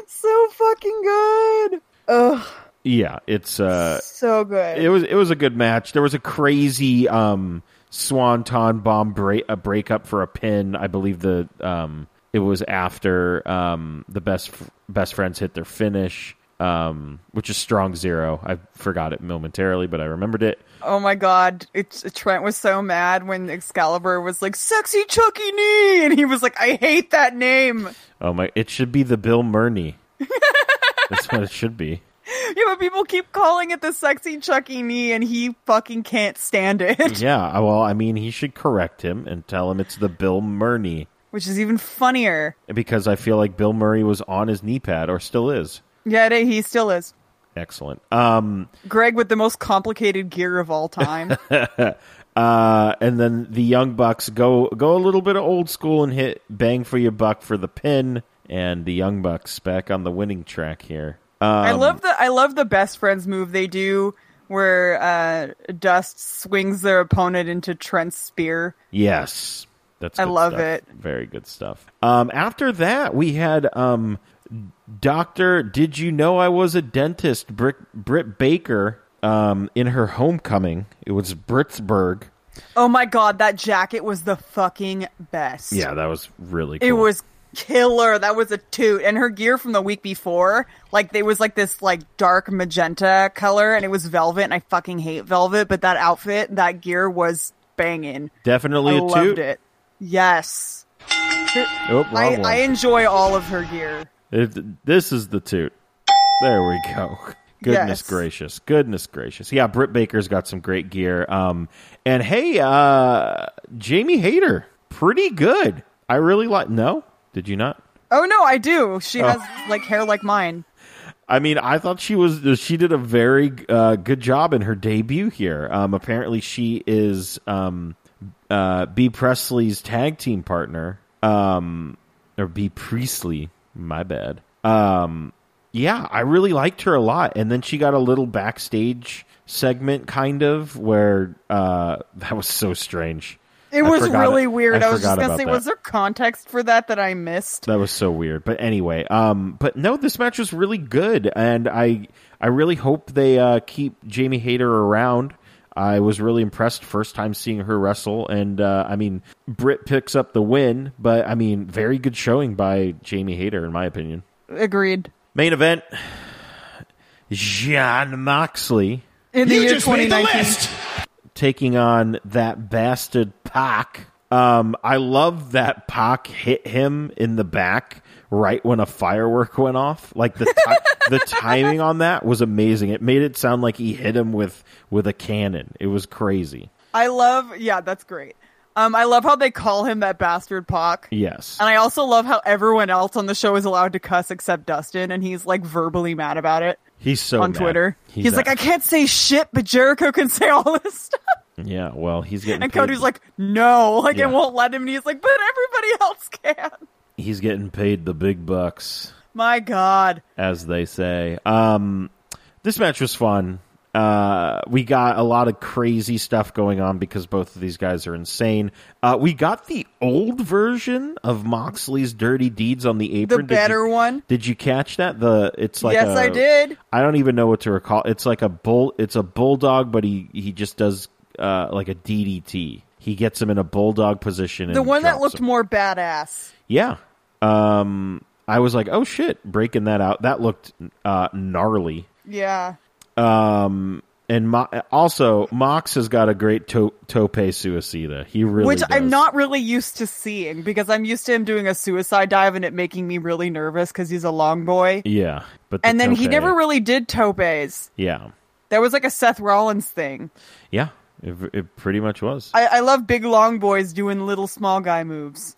so fucking good. Ugh, Yeah, it's uh so good. it was it was a good match. There was a crazy um, swanton bomb break a breakup for a pin. I believe the um, it was after um, the best f- best friends hit their finish, um, which is strong zero. I forgot it momentarily, but I remembered it. Oh my god, it's Trent was so mad when Excalibur was like sexy Chucky knee and he was like I hate that name. Oh my! It should be the Bill Murney. That's what it should be. Yeah, but people keep calling it the sexy Chucky knee and he fucking can't stand it, Yeah. I- Well, I mean, he should correct him and tell him it's the Bill Murney [LAUGHS] which is even funnier. because I feel like Bill Murray was on his knee pad or still is. Yeah, it- he still is. Excellent. Um, Greg with the most complicated gear of all time. Uh, and then the young bucks go go a little bit of old school and hit bang for your buck for the pin, and the young bucks back on the winning track here. Uh, I love the I love the best friends move they do where uh, Dust swings their opponent into Trent's spear. yes, that's I good love stuff. it. Very good stuff. Um, after that, we had um, Doctor. Did you know I was a dentist? Britt Britt Baker um, in her homecoming. It was Britsburg. Oh my god, that jacket was the fucking best. Yeah, that was really. Cool. It was killer. That was a toot. And her gear from the week before, like they was like this like dark magenta color and it was velvet and I fucking hate velvet, but that outfit, that gear was banging. definitely I a loved toot. it. Yes. Oh, wrong I, one. I enjoy all of her gear. It, this is the toot. There we go. [LAUGHS] Goodness Yes. gracious. Goodness gracious. Yeah, Britt Baker's got some great gear. Um, and hey, uh, Jamie Hayter, pretty good. I really like. No, did you not? Oh no, I do. She Oh. has like hair like mine. I mean, I thought she was. She did a very uh, good job in her debut here. Um, apparently, she is um, uh, B Presley's tag team partner, um, or B Priestley. My bad. Um, yeah, I really liked her a lot. And then she got a little backstage segment, kind of where uh, that was so strange. It I was forgot- really weird. I, was forgot just gonna about say, that. was there context for that that I missed? That was so weird. But anyway, um, but no, this match was really good, and I I really hope they uh, keep Jamie Hayter around. I was really impressed first time seeing her wrestle, and uh, I mean, Britt picks up the win, but I mean, very good showing by Jamie Hayter, in my opinion. Agreed. Main event: John Moxley In the year 2019. taking on that bastard Pac. Um, I love that Pac hit him in the back right when a firework went off. Like the ti- [LAUGHS] the timing on that was amazing. It made it sound like he hit him with with a cannon. It was crazy. I love, yeah, that's great. Um, I love how they call him that bastard Pac. Yes. And I also love how everyone else on the show is allowed to cuss except Dustin, and he's like verbally mad about it He's so on mad. Twitter. He's, like, a- I can't say shit, but Jericho can say all this stuff. Yeah, well, he's getting [LAUGHS] And paid. Cody's like, no, like, Yeah. it won't let him. And he's like, but everybody else can. [LAUGHS] he's getting paid the big bucks. My God. as they say. Um, this match was fun. Uh, we got a lot of crazy stuff going on because both of these guys are insane. Uh, we got the old version of Moxley's dirty deeds on the The apron. Did you- better one. Did you catch that? The it's like yes, I I did. I don't even know what to recall. It's like a bull. It's a bulldog, but he he just does uh, like a DDT. He gets him in a bulldog position. And The one that drops looked him. more badass. Yeah. Um, I was like, oh shit, breaking that out. That looked uh, gnarly. Yeah. And Mo- also, Mox has got a great to- tope suicida. He really which I'm does. not really used to seeing because I'm used to him doing a suicide dive and it making me really nervous because he's a long boy. Yeah, but the And then he tope- never really did topes. Yeah, That was like a Seth Rollins thing. yeah. It, it pretty much was. I, I love big long boys doing little small [LAUGHS] guy moves.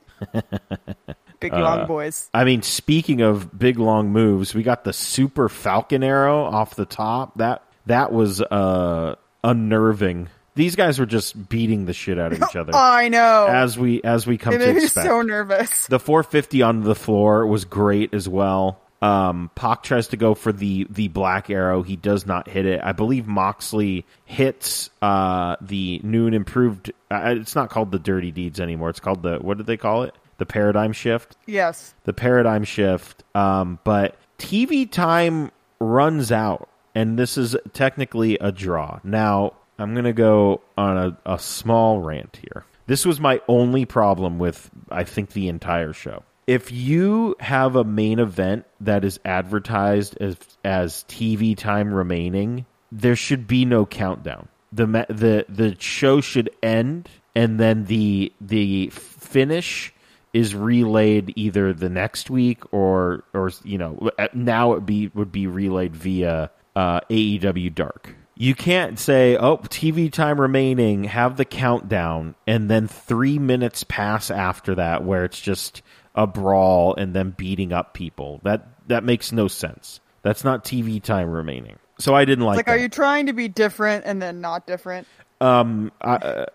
big Uh, long boys. I mean, speaking of big long moves, we got the super Falcon arrow off the top. That that was uh, unnerving. These guys were just beating the shit out of [LAUGHS] each other I know. as we as we come Oh. it to made me expect. [LAUGHS] so nervous. The 450 on the floor was great as well. Um, Pac tries to go for the the black arrow. He does not hit it. I believe Moxley hits uh, the new and improved. Uh, it's not called the Dirty Deeds anymore. It's called the what did they call it? The paradigm shift Yes. the paradigm shift. Um, but TV time runs out, and this is technically a draw. Now, I'm going to go on a, a small rant here. This was my only problem with, I think, the entire show. If you have a main event that is advertised as, as TV time remaining, there should be no countdown. The ma- the the show should end, and then the the finish is relayed either the next week or or you know uh, now it be would be relayed via uh, AEW Dark. You can't say, "Oh, TV time remaining." Have the countdown, and then three minutes pass after that, where it's just a brawl and then beating up people. That that makes no sense. That's not TV time remaining. So I didn't like. Like, that. are you trying to be different and then not different?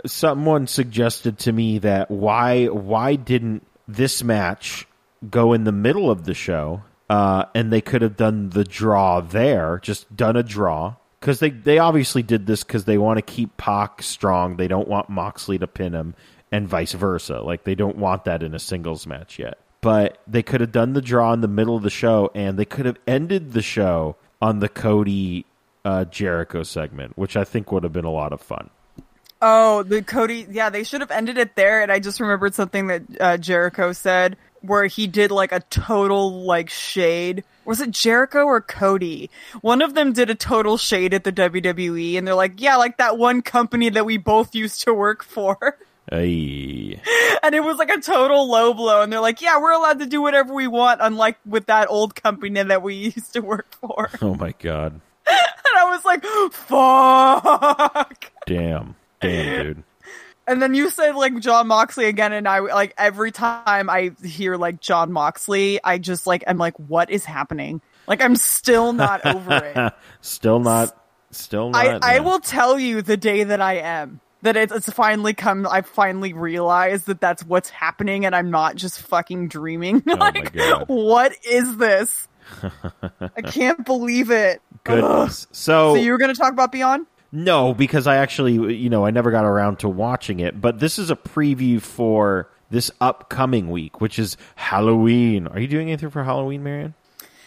someone suggested to me that why why didn't this match go in the middle of the show uh, and they could have done the draw there just done a draw because they, they obviously did this because they want to keep Pac strong they don't want Moxley to pin him and vice versa like they don't want that in a singles match yet but they could have done the draw in the middle of the show and they could have ended the show on the Cody uh, Jericho segment which I think would have been a lot of fun Oh, the Cody. Yeah, they should have ended it there. And I just remembered something that uh, Jericho said where he did like a total like shade. Was it Jericho or Cody? One of them did a total shade at the WWE and they're like, yeah, like that one company that we both used to work for. [LAUGHS] Ay. And it was like a total low blow. And they're like, yeah, we're allowed to do whatever we want, unlike with that old company that we [LAUGHS] used to work for. And Oh my god. I was like, fuck. Damn. Damn, dude. [LAUGHS] And then you said like John Moxley again, and I like every time I hear like John Moxley, I just like I'm like, what is happening? Like I'm still not over it. [LAUGHS] Still not still not I, I man. will tell you the day that I am that it's, it's finally come. I finally realized that that's what's happening, and I'm not just fucking dreaming. [LAUGHS] Oh my like, God. what [LAUGHS] is this? I can't believe it. Ugh. goodness. So, So you were gonna talk about Beyond? no, because I actually you know, I never got around to watching it, but this is a preview for this upcoming week, which is Halloween. Are you doing anything for Halloween, Marion?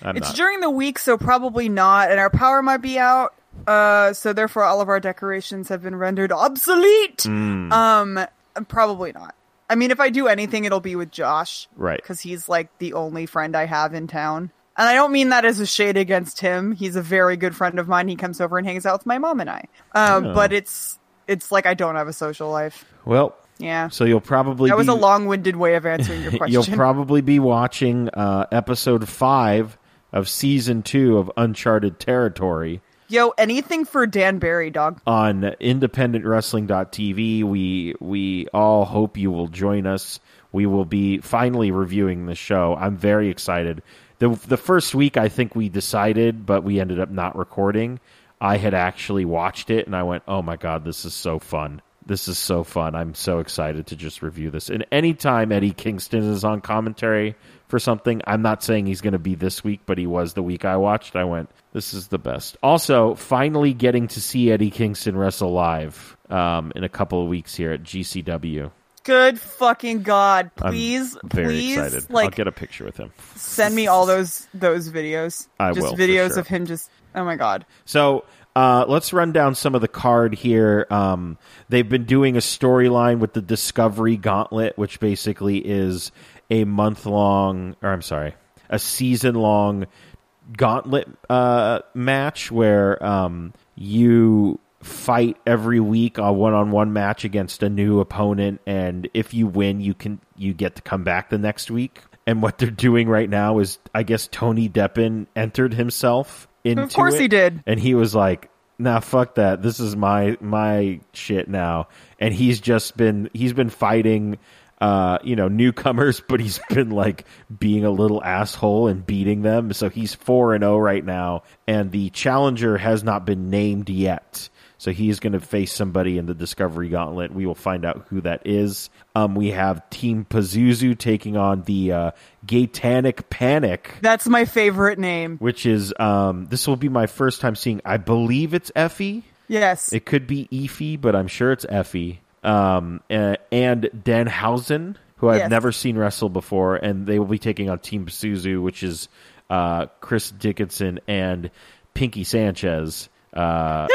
I'm It's not. during the week, so probably not, and our power might be out. Uh, so therefore, all of our decorations have been rendered obsolete. Mm. Um, probably not. I mean, if I do anything, it'll be with Josh, Right. Because he's like the only friend I have in town, and I don't mean that as a shade against him. He's a very good friend of mine. He comes over and hangs out with my mom and I. Um, Oh. but it's it's like I don't have a social life. well, Yeah, so you'll probably that was be, a long-winded way of answering [LAUGHS] your question. You'll probably be watching uh, episode 5 of season 2 of Uncharted Territory. Yo, anything for Dan Barry, dog. on independentwrestling.tv. We we all hope you will join us. We will be finally reviewing the show. I'm very excited. The the first week I think we decided, but we ended up not recording. I had actually watched it and I went, "Oh my god, this is so fun." This is so fun. I'm so excited to just review this. And anytime Eddie Kingston is on commentary for something, I'm not saying he's going to be this week, but he was the week I watched. I went, this is the best. Also, finally getting to see Eddie Kingston wrestle live um, in a couple of weeks here at GCW. Good fucking god! I'm Please, very please, excited. I'll like, get a picture with him. send me all those those videos. I just will, for videos sure. of him. Just oh my god, So uh, let's run down some of the card here. Um, they've been doing a storyline with the Discovery Gauntlet, which basically is a month long, or I'm sorry, a season long gauntlet uh, match where um, you fight every week a one-on-one match against a new opponent and if you win you can you get to come back the next week and what they're doing right now is i guess tony deppen entered himself into course it, he did. [LAUGHS] and he was like nah fuck that this is my my shit now and he's just been he's been fighting uh you know newcomers [LAUGHS] but he's been like being a little asshole and beating them so he's 4 and 0 right now and the challenger has not been named yet so he's going to face somebody in the Discovery Gauntlet. We will find out who that is. Um, we have Team Pazuzu taking on the uh, Gaetanic Panic That's my favorite name. which is um, this will be my first time seeing. I believe it's Effie. Yes. It could be Effie, but I'm sure it's Effie. Um, and, and Danhausen, who I've Yes. never seen wrestle before, and they will be taking on Team Suzu, which is uh, Chris Dickinson and Pinky Sanchez. Uh,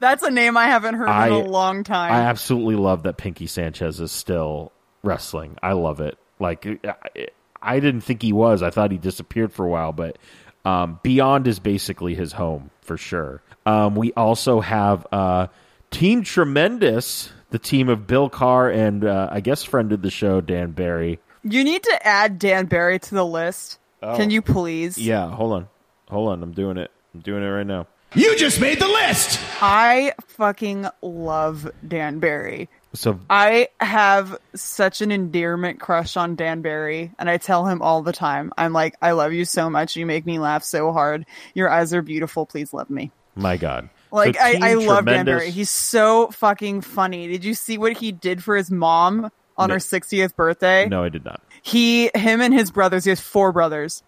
That's a name I haven't heard I- in a long time. I absolutely love that Pinky Sanchez is still wrestling. I love it. Like I, I didn't think he was. I thought he disappeared for a while, but um, Beyond is basically his home for sure. Um, we also have uh, Team Tremendous, the team of Bill Carr and uh, I guess friend of the show Dan Barry. you need to add Dan Barry to the list. Can you please? Oh. Yeah, hold on, hold on. I'm doing it. I'm doing it right now. You just made the list! I fucking love Dan Barry. So I have such an endearment crush on Dan Barry, and I tell him all the time, I'm like, I love you so much. You make me laugh so hard. Your eyes are beautiful. Please love me. my God, Like, So Team I, I love Dan Tremendous- Barry. He's so fucking funny. Did you see what he did for his mom on No. her 60th birthday? no, I did not. he him and his brothers he has four brothers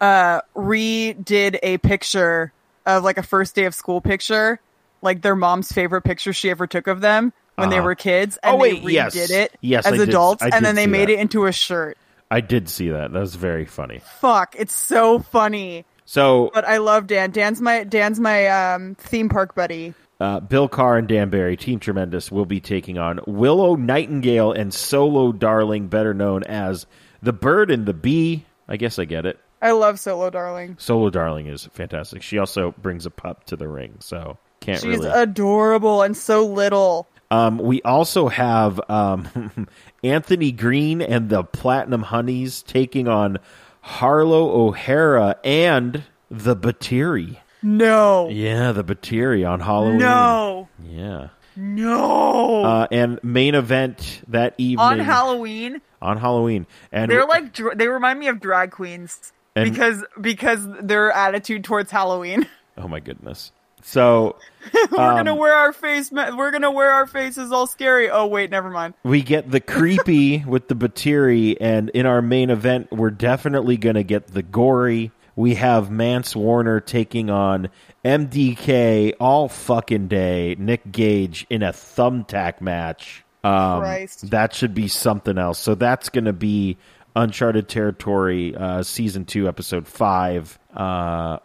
uh redid a picture of like a first day of school picture like their mom's favorite picture she ever took of them when they Uh-huh. were kids and Oh, wait, they redid yes. it Yes, as I did- adults I did and then they see made that. it into a shirt I did see that. That was very funny. fuck it's so funny So but i love dan dan's my dan's my um theme park buddy Uh, Bill Carr and Dan Barry, Team Tremendous, will be taking on Willow Nightingale and Solo Darling, better known as the Bird and the Bee. I guess I get it. i love solo darling Solo Darling is fantastic. She also brings a pup to the ring, so can't she's really. adorable and so little um, we also have um, [LAUGHS] Anthony Green and the Platinum Honeys taking on Harlow O'Hara and the Batiri. no Yeah, the Batiri on Halloween. no Yeah. no Uh, and main event that evening on halloween on Halloween, and They're like dr- they remind me of drag queens And- because because their attitude towards Halloween. [LAUGHS] oh my goodness. So we're Um, gonna wear our face. Ma- we're gonna wear our faces all scary. Oh wait, never mind. we get the creepy [LAUGHS] with the Batiri, and in our main event, we're definitely going to get the gory. We have Mance Warner taking on MDK all fucking day, Nick Gage in a thumbtack match. Um, Christ. That should be something else. So that's going to be Uncharted Territory, uh, Season 2, Episode 5. Uh,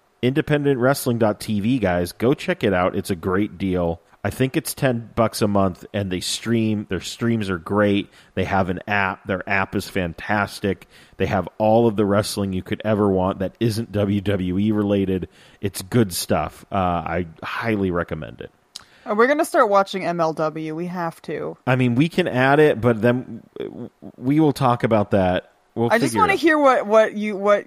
IndependentWrestling.tv, guys. Go check it out. It's a great deal. I think it's 10 bucks a month, and they stream. Their streams are great. They have an app. Their app is fantastic. They have all of the wrestling you could ever want that isn't WWE related. It's good stuff. Uh, I highly recommend it. Uh, We're gonna start watching MLW. We have to. I mean, we can add it, but then we will talk about that. We'll I just want to hear what what you what.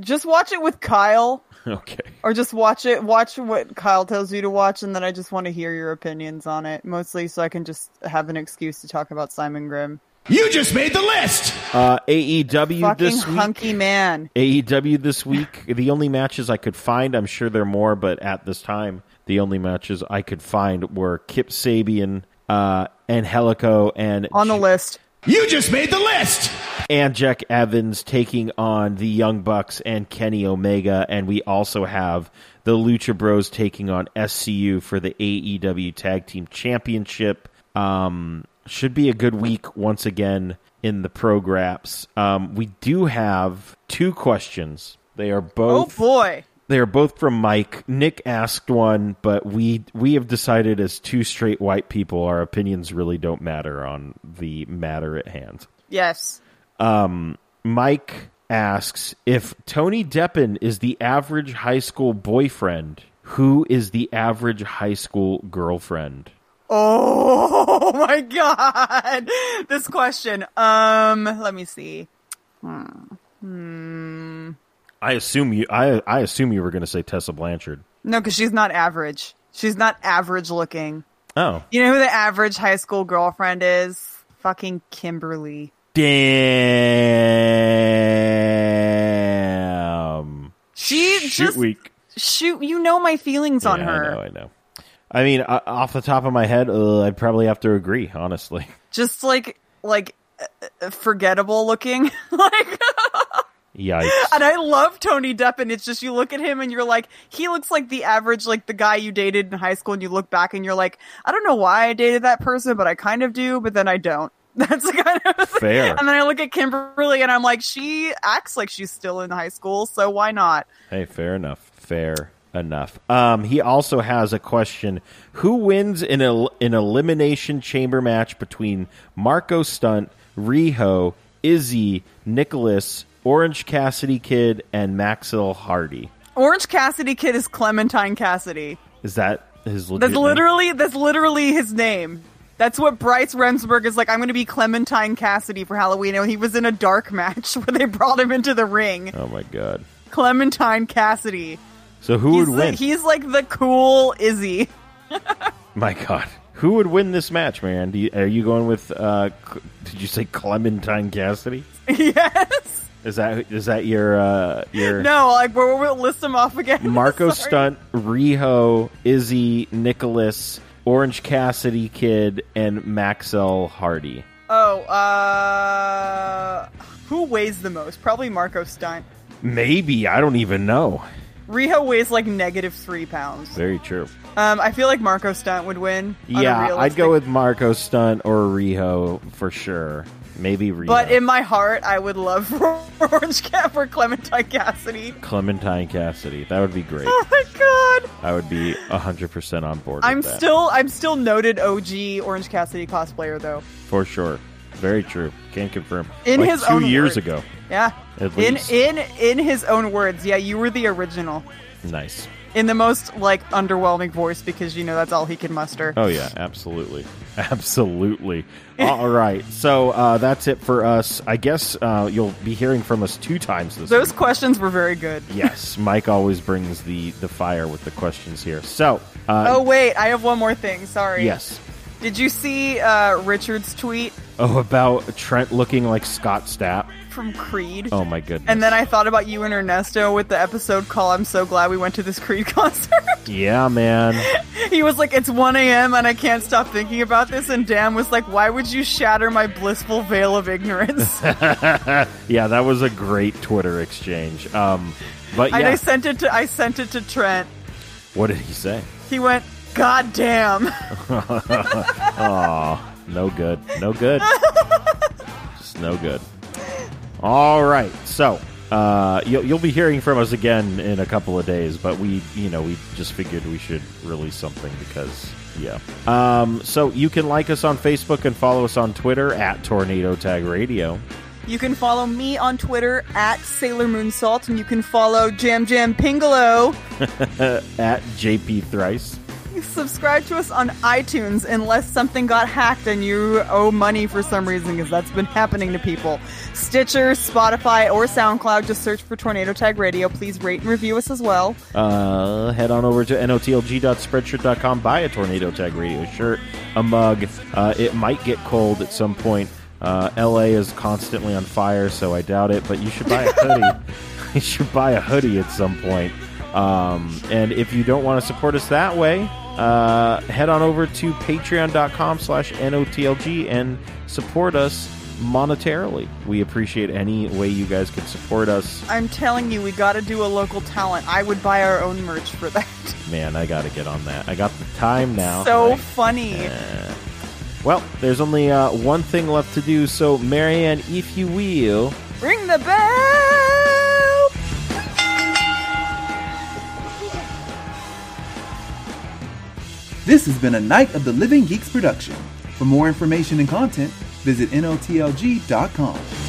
Just watch it with Kyle, [LAUGHS] [LAUGHS] Okay. or just watch it. Watch what Kyle tells you to watch, and then I just want to hear your opinions on it, mostly so I can just have an excuse to talk about Simon Grimm. You just made the list! Uh, AEW Fucking this week. hunky man. AEW this week. the only matches I could find, I'm sure there are more, but at this time, the only matches I could find were Kip Sabian, uh, Angelico, and On the J- list. You just made the list! and Jack Evans taking on the Young Bucks and Kenny Omega, and we also have the Lucha Bros taking on SCU for the AEW Tag Team Championship. Um, should be a good week once again in the prograps. Um, we do have two questions. They are Oh both boy. they are both from Mike. Nick asked one, but we we have decided as two straight white people, our opinions really don't matter on the matter at hand. Yes. Mike asks if Tony Deppen is the average high school boyfriend, Who is the average high school girlfriend? Oh [LAUGHS] my god. This question. Um, let me see. I assume you. I I assume you were going to say Tessa Blanchard. No, because she's not average. She's not average looking. Oh, You know who the average high school girlfriend is? Fucking Kimberly. damn! She Shoot just week. shoot. You know my feelings on Yeah, her. I know. I know. I mean, o- off the top of my head, uh, I'd probably have to agree. Honestly, [LAUGHS] Just like like uh, uh, forgettable looking. [LAUGHS] like, yikes! and I love Tony Depp. And it's just you look at him and you're like, he looks like the average, like the guy you dated in high school. And you look back and you're like, I don't know why I dated that person, but I kind of do, but then I don't. [LAUGHS] That's the kind of Fair. And then I look at Kimberly and I'm like, she acts like she's still in high school, so why not? Hey, fair enough. Fair enough. Um, he also has a question: Who wins in el- an elimination chamber match between Marco Stunt, Riho, Izzy, Nicholas, Orange Cassidy Kid, and Maxell Hardy? Orange Cassidy Kid is Clementine Cassidy. Is that his? legit That's name? literally that's literally his name. That's what Bryce Remsburg is like. I'm going to be Clementine Cassidy for Halloween. And he was in a dark [LAUGHS] match where they brought him into the ring. Oh my god! Clementine Cassidy. So who He's, would the- win? he's like the cool Izzy. [LAUGHS] My God, who would win this match, man? Do you, are you going with? Uh, C- did you say Clementine Cassidy? yes. Is that is that your uh, your No, like we'll, we'll list them off again. [LAUGHS] [LAUGHS] Marco Sorry. Stunt, Riho, Izzy, Nicholas, Orange Cassidy Kid, and Maxell Hardy? Oh, uh, who weighs the most? Probably Marco Stunt. Maybe I don't even know. Riho weighs like negative three pounds. Very true. Um, I feel like Marco Stunt would win. on a Yeah, I'd realistic- go with Marco Stunt or Riho for sure. Maybe Riho. But in my heart, I would love [LAUGHS] for Orange Cat for Clementine Cassidy. Clementine Cassidy. That would be great. Oh my god! I would be 100% on board. I'm with that. still, I'm still noted OG Orange Cassidy cosplayer though. for sure. Very true. Can confirm. In Like his two own years words. ago. Yeah. At in least. in in his own words, yeah, you were the original. Nice. In the most like underwhelming voice because you know that's all he can muster. Oh yeah, absolutely, [LAUGHS] absolutely. All right, so uh, that's it for us. I guess uh, you'll be hearing from us two times this Those week. questions were very good. yes, Mike always brings the the fire with the questions here. So, uh, Oh wait, I have one more thing. Sorry. yes. Did you see uh, Richard's tweet Oh, about Trent looking like Scott Stapp. from Creed? Oh my goodness. And then I thought about you and Ernesto with the episode call. I'm so glad we went to this Creed [LAUGHS] concert. yeah, man. he was like, "It's 1 a.m. and I can't stop thinking about this." And Dan was like, "Why would you shatter my blissful veil of [LAUGHS] ignorance?" Yeah, that was a great Twitter exchange. Um, but And I yeah, sent it to I sent it to Trent. what did he say? He went, "God damn." No good. No good. Just no good. All right. So uh, you'll, you'll be hearing from us again in a couple of days, but we, you know, we just figured we should release something because, yeah. Um, so you can like us on Facebook and follow us on Twitter at Tornado Tag Radio. [LAUGHS] You can follow me on Twitter at Sailor Moon Salt, and you can follow Jam Jam Pingalo. At JP Thrice. Subscribe to us on iTunes unless something got hacked and you owe money for some reason, because that's been happening to people. Stitcher, Spotify, or SoundCloud, just search for Tornado Tag Radio. Please rate and review us as well. Uh, head on over to notlg.spreadshirt.com, buy a Tornado Tag Radio shirt, a mug. Uh, it might get cold at some point. Uh, LA is constantly on fire, so I doubt it, but you should buy a hoodie. [LAUGHS] you should buy a hoodie at some point. Um, and if you don't want to support us that way, uh, head on over to patreon.com slash notlg and support us monetarily. We appreciate any way you guys can support us. I'm telling you, we gotta do a local talent. I would buy our own merch for that. Man, I gotta get on that. I got the time now. so Like, funny. Well, there's only uh, one thing left to do, so Marianne, if you will. Ring the bell! This has been a Night of the Living Geeks production. For more information and content, visit NOTLG.com.